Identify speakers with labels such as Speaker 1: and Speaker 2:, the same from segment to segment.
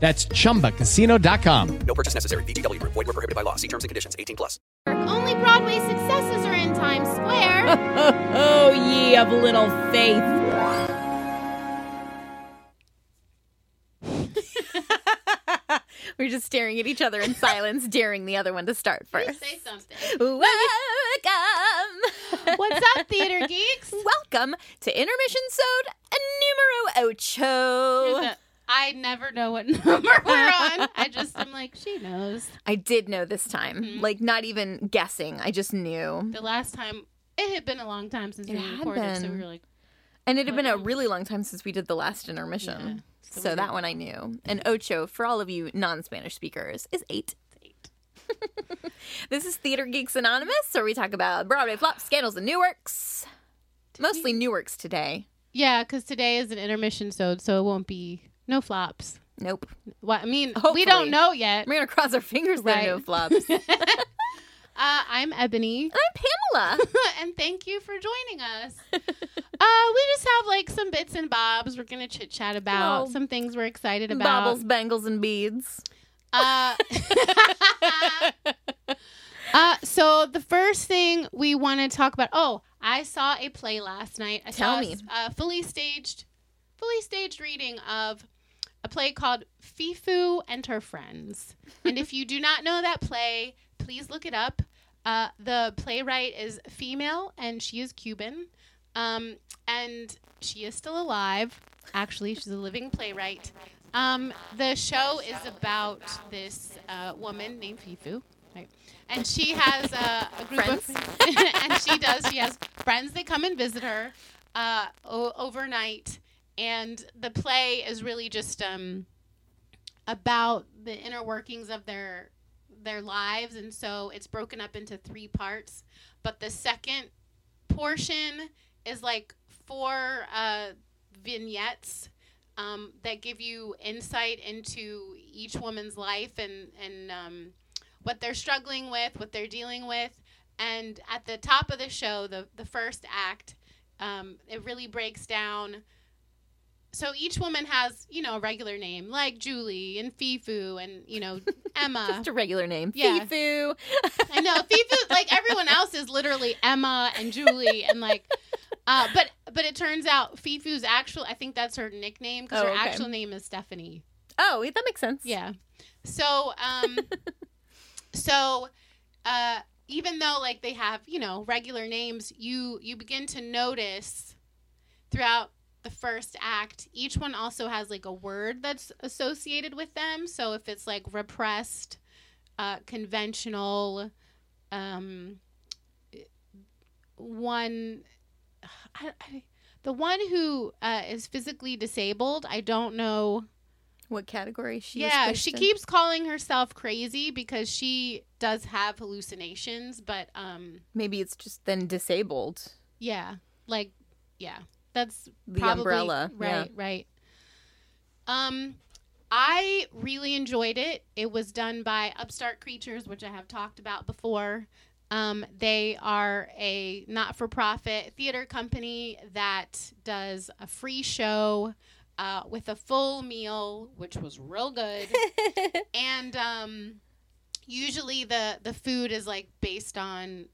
Speaker 1: That's chumbacasino.com.
Speaker 2: No purchase necessary. VGW Group. Void were prohibited by law. See terms and conditions. 18 plus.
Speaker 3: Only Broadway successes are in Times Square.
Speaker 4: Oh, ye of little faith.
Speaker 5: We're just staring at each other in silence, daring the other one to start first.
Speaker 3: Say something.
Speaker 5: Welcome!
Speaker 3: What's up, theater geeks?
Speaker 5: Welcome to Intermission Sode Numero Ocho.
Speaker 3: Here's a- I never know what number we're on. I just am like, she knows.
Speaker 5: I did know this time.
Speaker 3: Mm-hmm.
Speaker 5: Like, not even guessing. I just knew.
Speaker 3: The last time, it had been a long time since
Speaker 5: It
Speaker 3: we
Speaker 5: had
Speaker 3: recorded, so we
Speaker 5: been.
Speaker 3: were like,
Speaker 5: And it had been a really long time since we did the last intermission.
Speaker 3: so
Speaker 5: so
Speaker 3: we
Speaker 5: that
Speaker 3: did-
Speaker 5: one I knew. And Ocho, for all of you non Spanish speakers, is eight. this is Theater Geeks Anonymous, where we talk about Broadway flops, scandals, and new works. Mostly new works today.
Speaker 3: yeah, because today is an intermission, so so it won't be no flops.
Speaker 5: Nope.
Speaker 3: Well, I mean, we
Speaker 5: Hopefully.
Speaker 3: don't know yet.
Speaker 5: We're gonna cross our fingers there
Speaker 3: Right.
Speaker 5: are no flops. and
Speaker 3: Uh, I'm Ebony.
Speaker 5: I'm Pamela.
Speaker 3: and thank you for joining us. uh, we just have like some bits and bobs we're gonna chit chat about,
Speaker 5: Oh.
Speaker 3: some things we're excited about.
Speaker 5: Bobbles, bangles, and beads.
Speaker 3: Uh, uh, so the first thing we want to talk about. Oh, I saw a play last night. I
Speaker 5: Tell
Speaker 3: saw
Speaker 5: me.
Speaker 3: a fully staged, fully staged reading of a play called Fifu and Her Friends. and if you do not know that play, please look it up. Uh, the playwright is female and she is Cuban. Um, and she is still alive. Actually, she's a living playwright. Um, the show is about this uh, woman named Fifu, right? And she has uh, a, a group of friends, and she does. She has friends that come and visit her uh, o- overnight, and the play is really just um, about the inner workings of their their lives, and so it's broken up into three parts. But the second portion is like four uh, vignettes um, that give you insight into each woman's life and and um, what they're struggling with, what they're dealing with. And at the top of the show, the the first act, um, it really breaks down. So each woman has, you know, a regular name like Julie and Fifu and you know Emma.
Speaker 5: Just a regular name.
Speaker 3: Uh, Yeah.
Speaker 5: Fifu.
Speaker 3: I know Fifu, like everyone else, is literally Emma and Julie and like. Uh, but but it turns out Fifu's actual I think that's her nickname because
Speaker 5: Oh,
Speaker 3: her
Speaker 5: okay.
Speaker 3: actual name is Stephanie.
Speaker 5: Oh, that makes sense.
Speaker 3: Yeah. So, um, so, uh, even though like they have you know regular names, you you begin to notice throughout the first act, each one also has like a word that's associated with them. So if it's like repressed, uh, conventional, um, one, I, I, the one who uh, is physically disabled, I don't know
Speaker 5: What category is she? is
Speaker 3: yeah
Speaker 5: placed
Speaker 3: she
Speaker 5: in?
Speaker 3: keeps calling herself crazy because she does have hallucinations but um
Speaker 5: Maybe it's just then disabled.
Speaker 3: yeah like yeah that's
Speaker 5: The
Speaker 3: probably-
Speaker 5: umbrella, yeah.
Speaker 3: right right um i really enjoyed it it was done by upstart creatures which i have talked about before um, they are a not-for-profit theater company that does a free show uh, with a full meal, which was real good. and um, usually the the food is like based on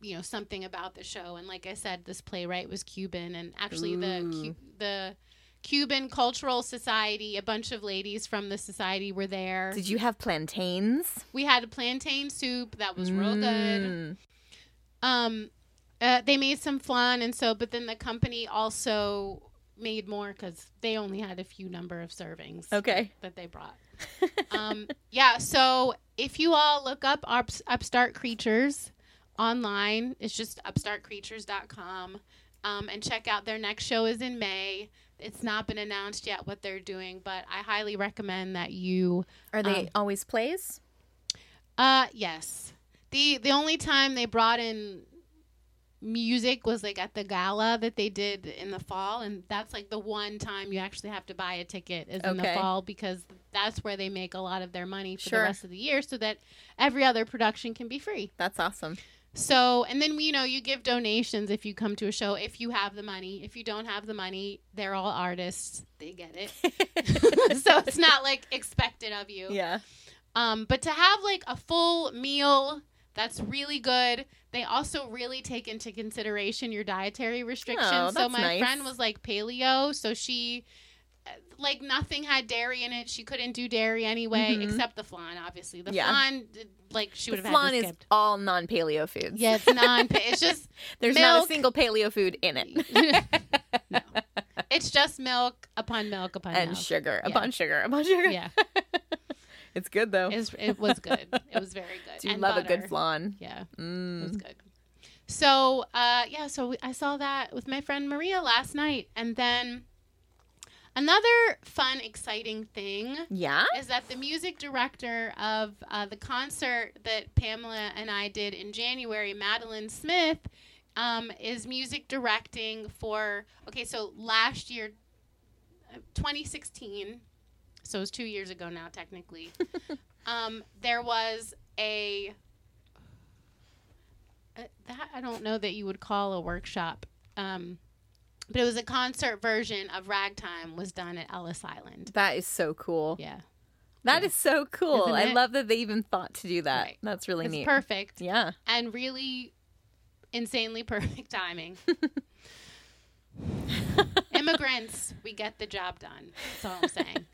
Speaker 3: you know something about the show. And like I said, this playwright was Cuban, and actually the Cu- the Cuban Cultural Society, a bunch of ladies from the society were there.
Speaker 5: Did you have plantains?
Speaker 3: we had a plantain soup that was real good
Speaker 5: Mm.
Speaker 3: um uh, they made some flan and so but then the company also made more because they only had a few number of servings
Speaker 5: Okay.
Speaker 3: that they brought um yeah so if you all look up Ups- upstart creatures online it's just upstartcreatures.com um, and check out their next show is in may it's not been announced yet what they're doing, but I highly recommend that you
Speaker 5: Are they
Speaker 3: Um,
Speaker 5: always plays?
Speaker 3: Uh yes. The the only time they brought in music was like at the gala that they did in the fall and that's like the one time you actually have to buy a ticket is in the
Speaker 5: Okay.
Speaker 3: fall because that's where they make a lot of their money for
Speaker 5: Sure.
Speaker 3: the rest of the year so that every other production can be free.
Speaker 5: That's awesome.
Speaker 3: So, and then you know, you give donations if you come to a show if you have the money. If you don't have the money, they're all artists. They get it. so it's not like expected of you.
Speaker 5: Yeah.
Speaker 3: Um, but to have like a full meal that's really good. They also really take into consideration your dietary restrictions.
Speaker 5: Oh,
Speaker 3: so
Speaker 5: that's
Speaker 3: my
Speaker 5: nice.
Speaker 3: friend was like paleo, so she uh, like nothing had dairy in it. She couldn't do dairy anyway,
Speaker 5: Mhm.
Speaker 3: except the flan. Obviously, the
Speaker 5: Yeah.
Speaker 3: flan, like she would have had
Speaker 5: Flan
Speaker 3: to
Speaker 5: is
Speaker 3: skipped.
Speaker 5: all non-paleo foods.
Speaker 3: Yeah, it's non. it's just
Speaker 5: There's not a
Speaker 3: milk.
Speaker 5: single paleo food in it.
Speaker 3: no. It's just milk upon milk upon
Speaker 5: and
Speaker 3: milk.
Speaker 5: sugar
Speaker 3: Yeah.
Speaker 5: upon sugar upon sugar.
Speaker 3: Yeah,
Speaker 5: It's good though.
Speaker 3: it's, it was good. It was very good.
Speaker 5: Do you
Speaker 3: And
Speaker 5: love a
Speaker 3: butter.
Speaker 5: good flan?
Speaker 3: Yeah, it
Speaker 5: Mm.
Speaker 3: was good. So uh, yeah, so we- I saw that with my friend Maria last night, and then another fun, exciting thing
Speaker 5: Yeah.
Speaker 3: is that the music director of uh, the concert that Pamela and I did in January, Madeline Smith, um, is music directing for. Okay, so last year, uh, 2016, so it was two years ago now, technically, um, there was a. uh, That I don't know that you would call a workshop, um, but it was a concert version of Ragtime was done at Ellis Island.
Speaker 5: That is so cool.
Speaker 3: Yeah.
Speaker 5: That is so cool.
Speaker 3: Isn't
Speaker 5: I
Speaker 3: it?
Speaker 5: love that they even thought to do that.
Speaker 3: Right.
Speaker 5: That's really
Speaker 3: It's
Speaker 5: neat.
Speaker 3: perfect
Speaker 5: Yeah.
Speaker 3: and really insanely perfect timing. Immigrants, we get the job done. That's all I'm saying.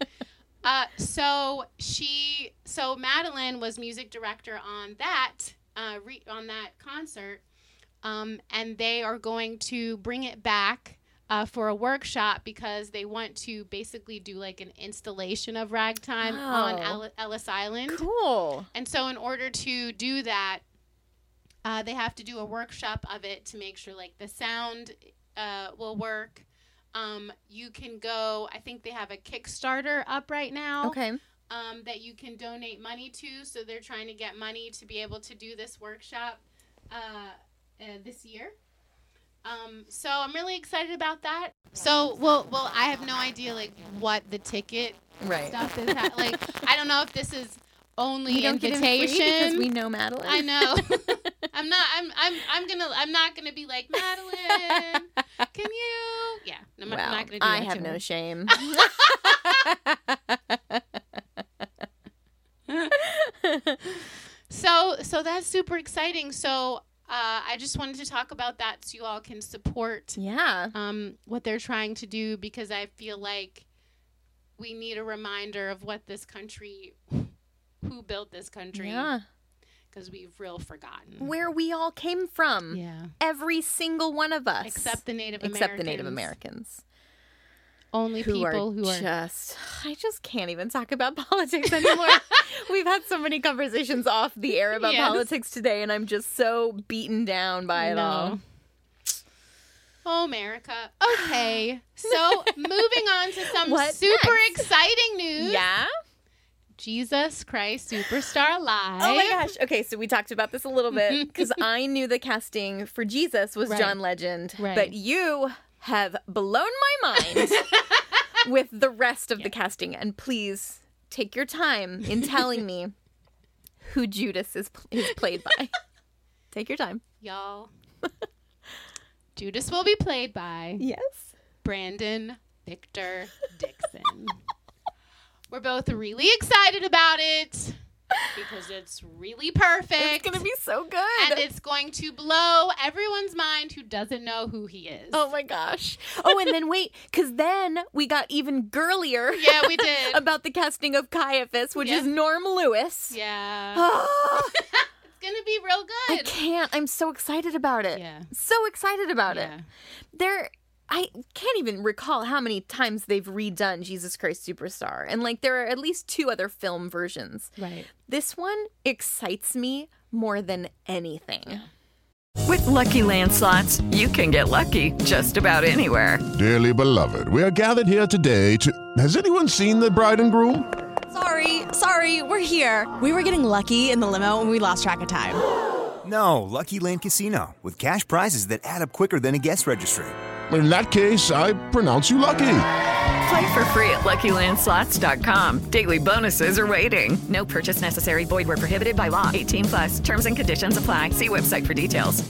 Speaker 3: Uh, so she, so Madeline was music director on that, uh, re, on that concert, um, and they are going to bring it back uh, for a workshop because they want to basically do like an installation of ragtime on
Speaker 5: Wow.
Speaker 3: Elli- Ellis Island.
Speaker 5: Cool.
Speaker 3: And so, in order to do that, uh, they have to do a workshop of it to make sure like the sound uh, will work. Um, you can go. I think they have a Kickstarter up right now
Speaker 5: Okay.
Speaker 3: um, that you can donate money to. So they're trying to get money to be able to do this workshop uh, uh, this year. Um, so I'm really excited about that. So well, well, I have no idea like what the ticket
Speaker 5: Right.
Speaker 3: stuff is ha- like. I don't know if this is only
Speaker 5: We don't get in free
Speaker 3: invitation.
Speaker 5: because we know Madeline.
Speaker 3: I know. I'm not. I'm. I'm. I'm gonna. I'm not gonna be like Madeline. Can you? Yeah. I'm, not- I'm
Speaker 5: Wow.
Speaker 3: not gonna do
Speaker 5: I
Speaker 3: that
Speaker 5: have
Speaker 3: to
Speaker 5: no
Speaker 3: her.
Speaker 5: shame.
Speaker 3: So so that's super exciting. So uh, I just wanted to talk about that so you all can support
Speaker 5: yeah.
Speaker 3: um, what they're trying to do because I feel like we need a reminder of what this country, who built this country,
Speaker 5: Yeah.
Speaker 3: because we've real forgotten.
Speaker 5: Where we all came from.
Speaker 3: yeah.
Speaker 5: Every single one of us.
Speaker 3: Except the Native Americans.
Speaker 5: Except the Native Americans.
Speaker 3: Only
Speaker 5: who
Speaker 3: people
Speaker 5: are
Speaker 3: who are
Speaker 5: just I just can't even talk about politics anymore. We've had so many conversations off the air about
Speaker 3: Yes.
Speaker 5: politics today, and I'm just so beaten down by it
Speaker 3: No.
Speaker 5: all.
Speaker 3: Oh, America. Okay. So, moving on to some
Speaker 5: What
Speaker 3: super
Speaker 5: next?
Speaker 3: exciting news.
Speaker 5: Yeah.
Speaker 3: Jesus Christ Superstar Live.
Speaker 5: Oh my gosh. Okay, so we talked about this a little bit because I knew the casting for Jesus was
Speaker 3: Right.
Speaker 5: John Legend,
Speaker 3: Right.
Speaker 5: but you have blown my mind with the rest of the casting. And please take your time in telling me who Judas is, pl- is played by. take your time.
Speaker 3: Y'all. Judas will be played by
Speaker 5: Yes.
Speaker 3: Brandon Victor Dixon. We're both really excited about it because it's really perfect.
Speaker 5: It's going to be so good.
Speaker 3: and it's going to blow everyone's mind who doesn't know who he is.
Speaker 5: Oh my gosh. Oh, and then wait, because then we got even girlier
Speaker 3: yeah, we did.
Speaker 5: about the casting of Caiaphas, which
Speaker 3: Yeah.
Speaker 5: is Norm Lewis.
Speaker 3: yeah.
Speaker 5: Oh,
Speaker 3: It's going to be real
Speaker 5: I
Speaker 3: good.
Speaker 5: can't. I'm so excited about it.
Speaker 3: Yeah.
Speaker 5: So excited about
Speaker 3: Yeah.
Speaker 5: it. There, I can't even recall how many times they've redone Jesus Christ Superstar. And like, there are at least two other film versions.
Speaker 3: Right.
Speaker 5: This one excites me more than anything.
Speaker 6: With Lucky Land slots, you can get lucky just about anywhere.
Speaker 7: Dearly beloved, we are gathered here today to. Has anyone seen the bride and groom?
Speaker 8: Sorry, sorry, we're here. We were getting lucky in the limo and we lost track of time.
Speaker 9: No, Lucky Land Casino, with cash prizes that add up quicker than a guest registry.
Speaker 7: In that case, I pronounce you lucky.
Speaker 6: Play for free at LuckyLandSlots.com. Daily bonuses are waiting. No purchase necessary. Void were prohibited by law. 18 plus. Terms and conditions apply. See website for details.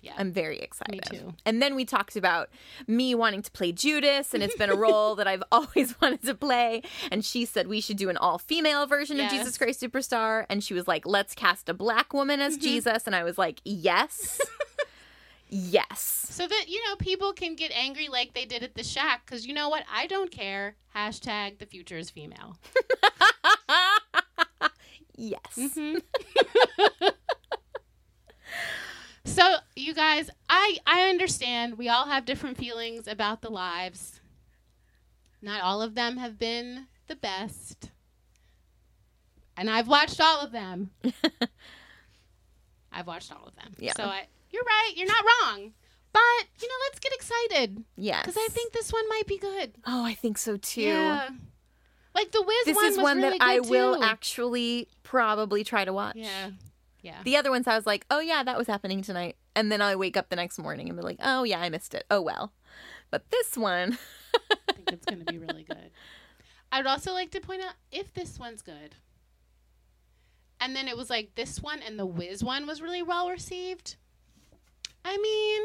Speaker 3: Yeah.
Speaker 5: I'm very excited.
Speaker 3: too.
Speaker 5: And then we talked about me wanting to play Judas, and it's been a role that I've always wanted to play. And she said we should do an all female version of
Speaker 3: Yes.
Speaker 5: Jesus Christ Superstar. And she was like, let's cast a black woman as
Speaker 3: Mm-hmm.
Speaker 5: Jesus. And I was like, yes. yes.
Speaker 3: So that, you know, people can get angry like they did at the shack because you know what? I don't care. Hashtag the future is female.
Speaker 5: Yes.
Speaker 3: Mm-hmm. So, you guys, I I understand we all have different feelings about the lives. Not all of them have been the best. And I've watched all of them. I've watched all of them.
Speaker 5: Yeah.
Speaker 3: So I, you're right. You're not wrong. But you know, let's get excited
Speaker 5: Yes.
Speaker 3: because I think this one might be good.
Speaker 5: Oh, I think so too.
Speaker 3: Yeah. Like the Wiz
Speaker 5: This
Speaker 3: one
Speaker 5: is
Speaker 3: was
Speaker 5: one
Speaker 3: really
Speaker 5: that I
Speaker 3: good,
Speaker 5: will
Speaker 3: too.
Speaker 5: actually probably try to watch.
Speaker 3: Yeah. Yeah.
Speaker 5: The other ones I was like, oh yeah, that was happening tonight. And then I wake up the next morning and be like, oh yeah, I missed it. Oh well. But this one,
Speaker 3: I think it's going to be really good. I would also like to point out if this one's good. And then it was like this one and the Wiz one was really well received. I mean,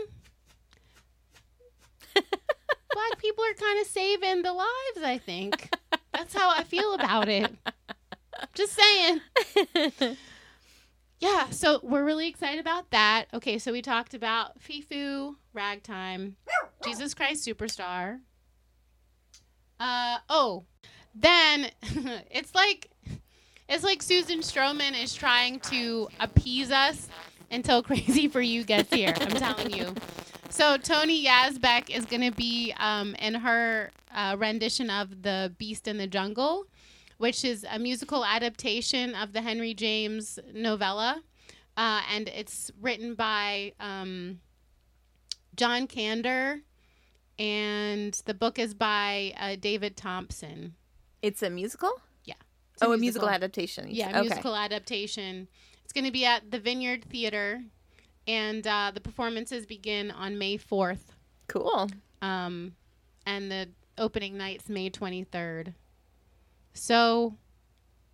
Speaker 3: black people are kind of saving the lives, I think. That's how I feel about it. Just saying. Yeah, so we're really excited about that. Okay, so we talked about Fifu, Ragtime, Jesus Christ Superstar, uh oh, then it's like it's like Susan Stroman is trying to appease us until Crazy for You gets here. I'm telling you. So Tony Yazbek is gonna be um, in her uh, rendition of the Beast in the Jungle, which is a musical adaptation of the Henry James novella, uh, and it's written by um, John Kander and the book is by uh, David Thompson.
Speaker 5: it's a musical.
Speaker 3: Yeah. It's
Speaker 5: Oh, a musical adaptation.
Speaker 3: Yeah,
Speaker 5: okay.
Speaker 3: musical adaptation. It's going to be at the Vineyard Theater, and uh, the performances begin on May 4th,
Speaker 5: Cool.
Speaker 3: um, and the opening night's May 23rd. So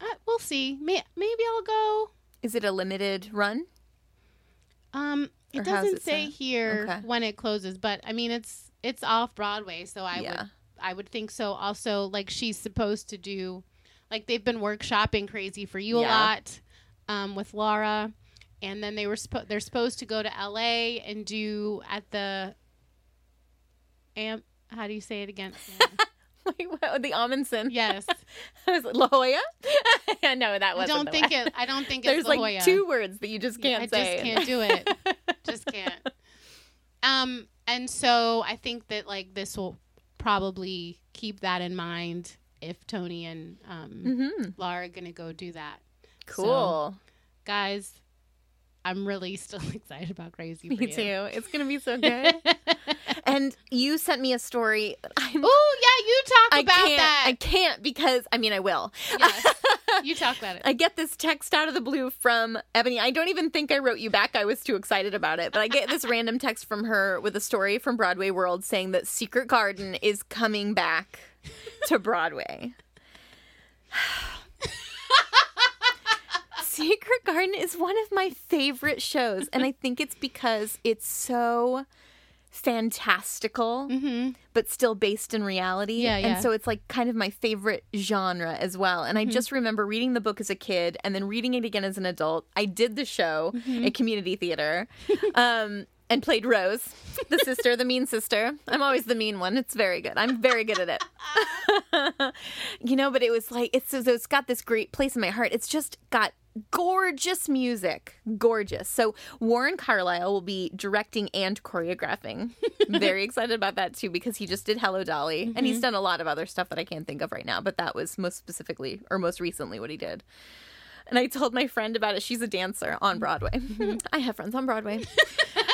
Speaker 3: uh, we'll see. May- maybe I'll go.
Speaker 5: Is it a limited run?
Speaker 3: Um, it
Speaker 5: Or how's
Speaker 3: doesn't
Speaker 5: it
Speaker 3: say
Speaker 5: set?
Speaker 3: here
Speaker 5: Okay.
Speaker 3: when it closes, but I mean it's it's off Broadway, so I
Speaker 5: Yeah.
Speaker 3: would I would think so. Also, like she's supposed to do, like they've been workshopping Crazy for You a
Speaker 5: Yeah.
Speaker 3: lot um, with Laura, and then they were supposed they're supposed to go to L.A. and do at the amp. How do you say it again?
Speaker 5: Wait, what, the Amundsen.
Speaker 3: yes,
Speaker 5: I was like, La Jolla. I know that
Speaker 3: I
Speaker 5: wasn't.
Speaker 3: don't
Speaker 5: the
Speaker 3: think
Speaker 5: one.
Speaker 3: it. I don't think
Speaker 5: There's
Speaker 3: it's La
Speaker 5: like
Speaker 3: Jolla.
Speaker 5: two words that you just can't
Speaker 3: I
Speaker 5: say.
Speaker 3: just can't do it. just can't. Um, and so I think that like this will probably keep that in mind if Tony and um, Laura are gonna go do that. So,
Speaker 5: Mm-hmm. Cool.
Speaker 3: guys. I'm really still excited about Crazy.
Speaker 5: Me
Speaker 3: for
Speaker 5: too.
Speaker 3: You.
Speaker 5: It's gonna be so good. and you sent me a story. I'm
Speaker 3: Oh yeah, you talk
Speaker 5: I
Speaker 3: about
Speaker 5: can't.
Speaker 3: that.
Speaker 5: I can't because I mean I will.
Speaker 3: Yes. you talk about it.
Speaker 5: I get this text out of the blue from Ebony. I don't even think I wrote you back. I was too excited about it. But I get this random text from her with a story from Broadway World saying that Secret Garden is coming back to Broadway. Secret Garden is one of my favorite shows. And I think it's because it's so fantastical, but still based in reality.
Speaker 3: Mm-hmm. Yeah, yeah. Mm-hmm.
Speaker 5: And so it's like kind of my favorite genre as well. And I just remember reading the book as a kid and then reading it again as an adult. I did the show
Speaker 3: Mm-hmm.
Speaker 5: at community theater um, and played Rose, the sister, the mean sister. I'm always the mean one. It's very good. I'm very good at it. you know, but it was like it's so it's got this great place in my heart. It's just got gorgeous music, gorgeous. So Warren Carlisle will be directing and choreographing. Very excited about that too because he just did Hello Dolly and he's done a lot of other stuff that I can't think of right now, but that was most specifically or most recently what he did. And I told my friend about it. She's a dancer on Broadway. I have friends on Broadway. uh,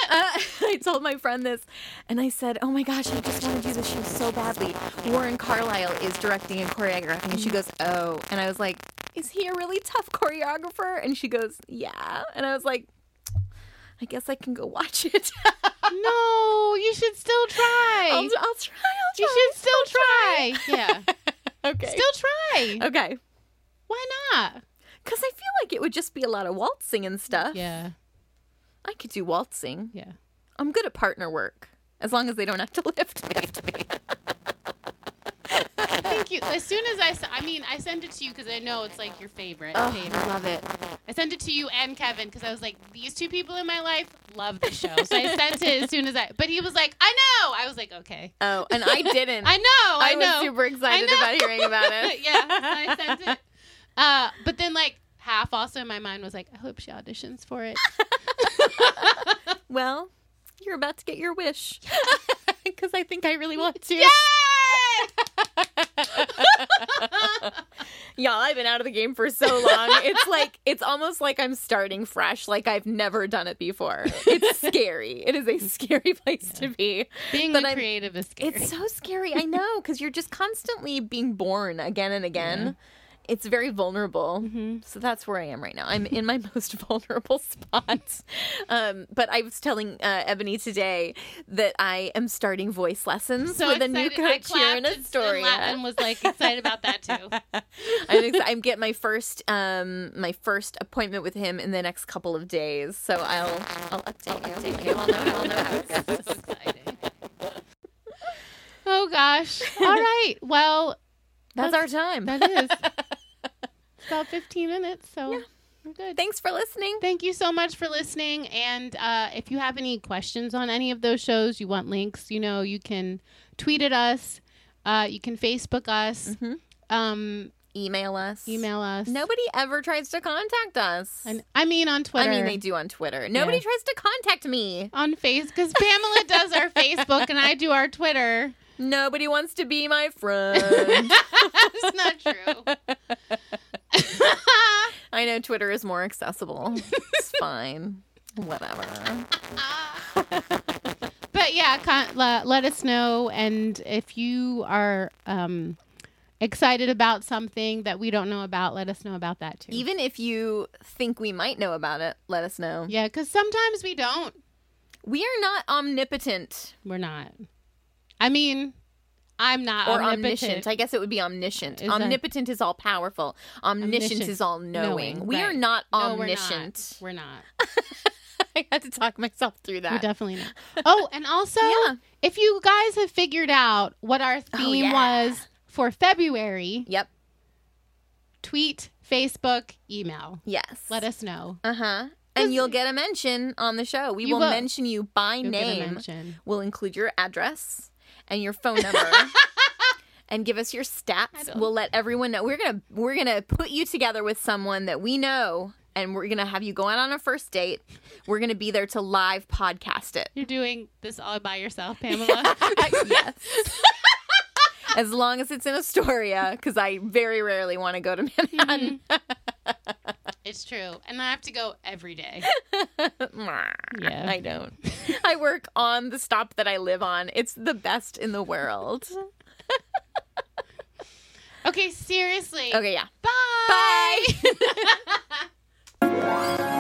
Speaker 5: I told my friend this, and I said, "Oh my gosh, I just want to do this show so badly." Warren Carlisle is directing and choreographing,
Speaker 3: Mm.
Speaker 5: and she goes, "Oh," and I was like, "Is he a really tough choreographer?" And she goes, "Yeah," and I was like, "I guess I can go watch it."
Speaker 3: No, you should still try.
Speaker 5: I'll, I'll try. I'll try.
Speaker 3: you should still try. Yeah.
Speaker 5: Okay.
Speaker 3: Still try.
Speaker 5: okay.
Speaker 3: Why not?
Speaker 5: Because I feel like it would just be a lot of waltzing and stuff.
Speaker 3: Yeah.
Speaker 5: I could do waltzing.
Speaker 3: Yeah.
Speaker 5: I'm good at partner work, as long as they don't have to lift me.
Speaker 3: Thank you. As soon as I, s- I mean, I sent it to you because I know it's like your favorite. favorite.
Speaker 5: love it.
Speaker 3: Oh, I sent it to you and Kevin because I was like, these two people in my life love the show. So I sent it as soon as I. But he was like, I know. I was like, okay.
Speaker 5: Oh, and I didn't.
Speaker 3: I know. I,
Speaker 5: I was
Speaker 3: know.
Speaker 5: super excited
Speaker 3: I know.
Speaker 5: about hearing about it.
Speaker 3: yeah, I sent it. Uh, but then like half also in my mind was like, I hope she auditions for it.
Speaker 5: Well, you're about to get your wish. Because I think I really want to. Y'all, I've been out of the game for so long. It's like, it's almost like I'm starting fresh, like I've never done it before. It's scary. It is a scary place to be.
Speaker 3: Being
Speaker 5: But
Speaker 3: the
Speaker 5: I'm-
Speaker 3: creative is scary.
Speaker 5: It's so scary. I know, because you're just constantly being born again and again. It's very vulnerable. So that's where I am right now. I'm in my most vulnerable spot. Um, but I was telling uh, Ebony today that I am starting voice lessons
Speaker 3: So
Speaker 5: with a new
Speaker 3: excited. I
Speaker 5: coach here in
Speaker 3: clapped and-
Speaker 5: Astoria.
Speaker 3: And Latin was like excited about that too.
Speaker 5: I'm, ex- I'm getting my first um, my first appointment with him in the next couple of days. So I'll I'll update you. you. all know, I'll know how it goes.
Speaker 3: so exciting. Oh gosh. All right. Well,
Speaker 5: That's our time.
Speaker 3: that is it's about 15 minutes, so we're good.
Speaker 5: Thanks for listening.
Speaker 3: Thank you so much for listening. And uh, if you have any questions on any of those shows, you want links, you know, you can tweet at us, uh, you can Facebook us, um,
Speaker 5: Email us.
Speaker 3: email us.
Speaker 5: Nobody ever tries to contact us.
Speaker 3: And- I mean, on
Speaker 5: I
Speaker 3: Twitter.
Speaker 5: mean, they do on Twitter. Nobody
Speaker 3: Yeah.
Speaker 5: tries to contact me.
Speaker 3: On Facebook, because Pamela does our Facebook and I do our Twitter.
Speaker 5: Nobody wants to be my friend.
Speaker 3: It's not true.
Speaker 5: I know Twitter is more accessible. It's fine. Whatever.
Speaker 3: But yeah, con- le- let us know. And if you are um, excited about something that we don't know about, let us know about that too.
Speaker 5: Even if you think we might know about it, let us know.
Speaker 3: yeah, because sometimes we don't.
Speaker 5: We are not omnipotent
Speaker 3: We're not. I mean, I'm not
Speaker 5: or
Speaker 3: omnipotent.
Speaker 5: omniscient. I guess it would be omniscient.
Speaker 3: Is that-
Speaker 5: omnipotent is all powerful. Omniscient,
Speaker 3: Omniscient.
Speaker 5: is all knowing.
Speaker 3: Knowing,
Speaker 5: we
Speaker 3: right.
Speaker 5: are not
Speaker 3: No, we're not.
Speaker 5: omniscient.
Speaker 3: We're not.
Speaker 5: I had to talk myself through
Speaker 3: We're
Speaker 5: that.
Speaker 3: definitely not. Oh, and also,
Speaker 5: Yeah. Oh,
Speaker 3: if you guys have figured out what our theme
Speaker 5: yeah.
Speaker 3: was for February,
Speaker 5: yep.
Speaker 3: tweet, Facebook, email.
Speaker 5: Yes.
Speaker 3: Let us know.
Speaker 5: Uh huh. And you'll get a mention on the show. We
Speaker 3: You
Speaker 5: will,
Speaker 3: will.
Speaker 5: mention you by
Speaker 3: You'll get a
Speaker 5: name.
Speaker 3: mention.
Speaker 5: We'll include your address and your phone number. And give us your stats. We'll let everyone know. We're gonna we're gonna put you together with someone that we know, and we're gonna have you go out on a first date. We're gonna be there to live podcast it.
Speaker 3: You're doing this all by yourself, Pamela.
Speaker 5: yes. as long as it's in Astoria, because I very rarely want to go to Manhattan.
Speaker 3: it's true. And I have to go every day. Yeah.
Speaker 5: I don't. I work on the stop that I live on. It's the best in the world.
Speaker 3: Okay, seriously.
Speaker 5: Okay, yeah.
Speaker 3: Bye.
Speaker 5: Bye.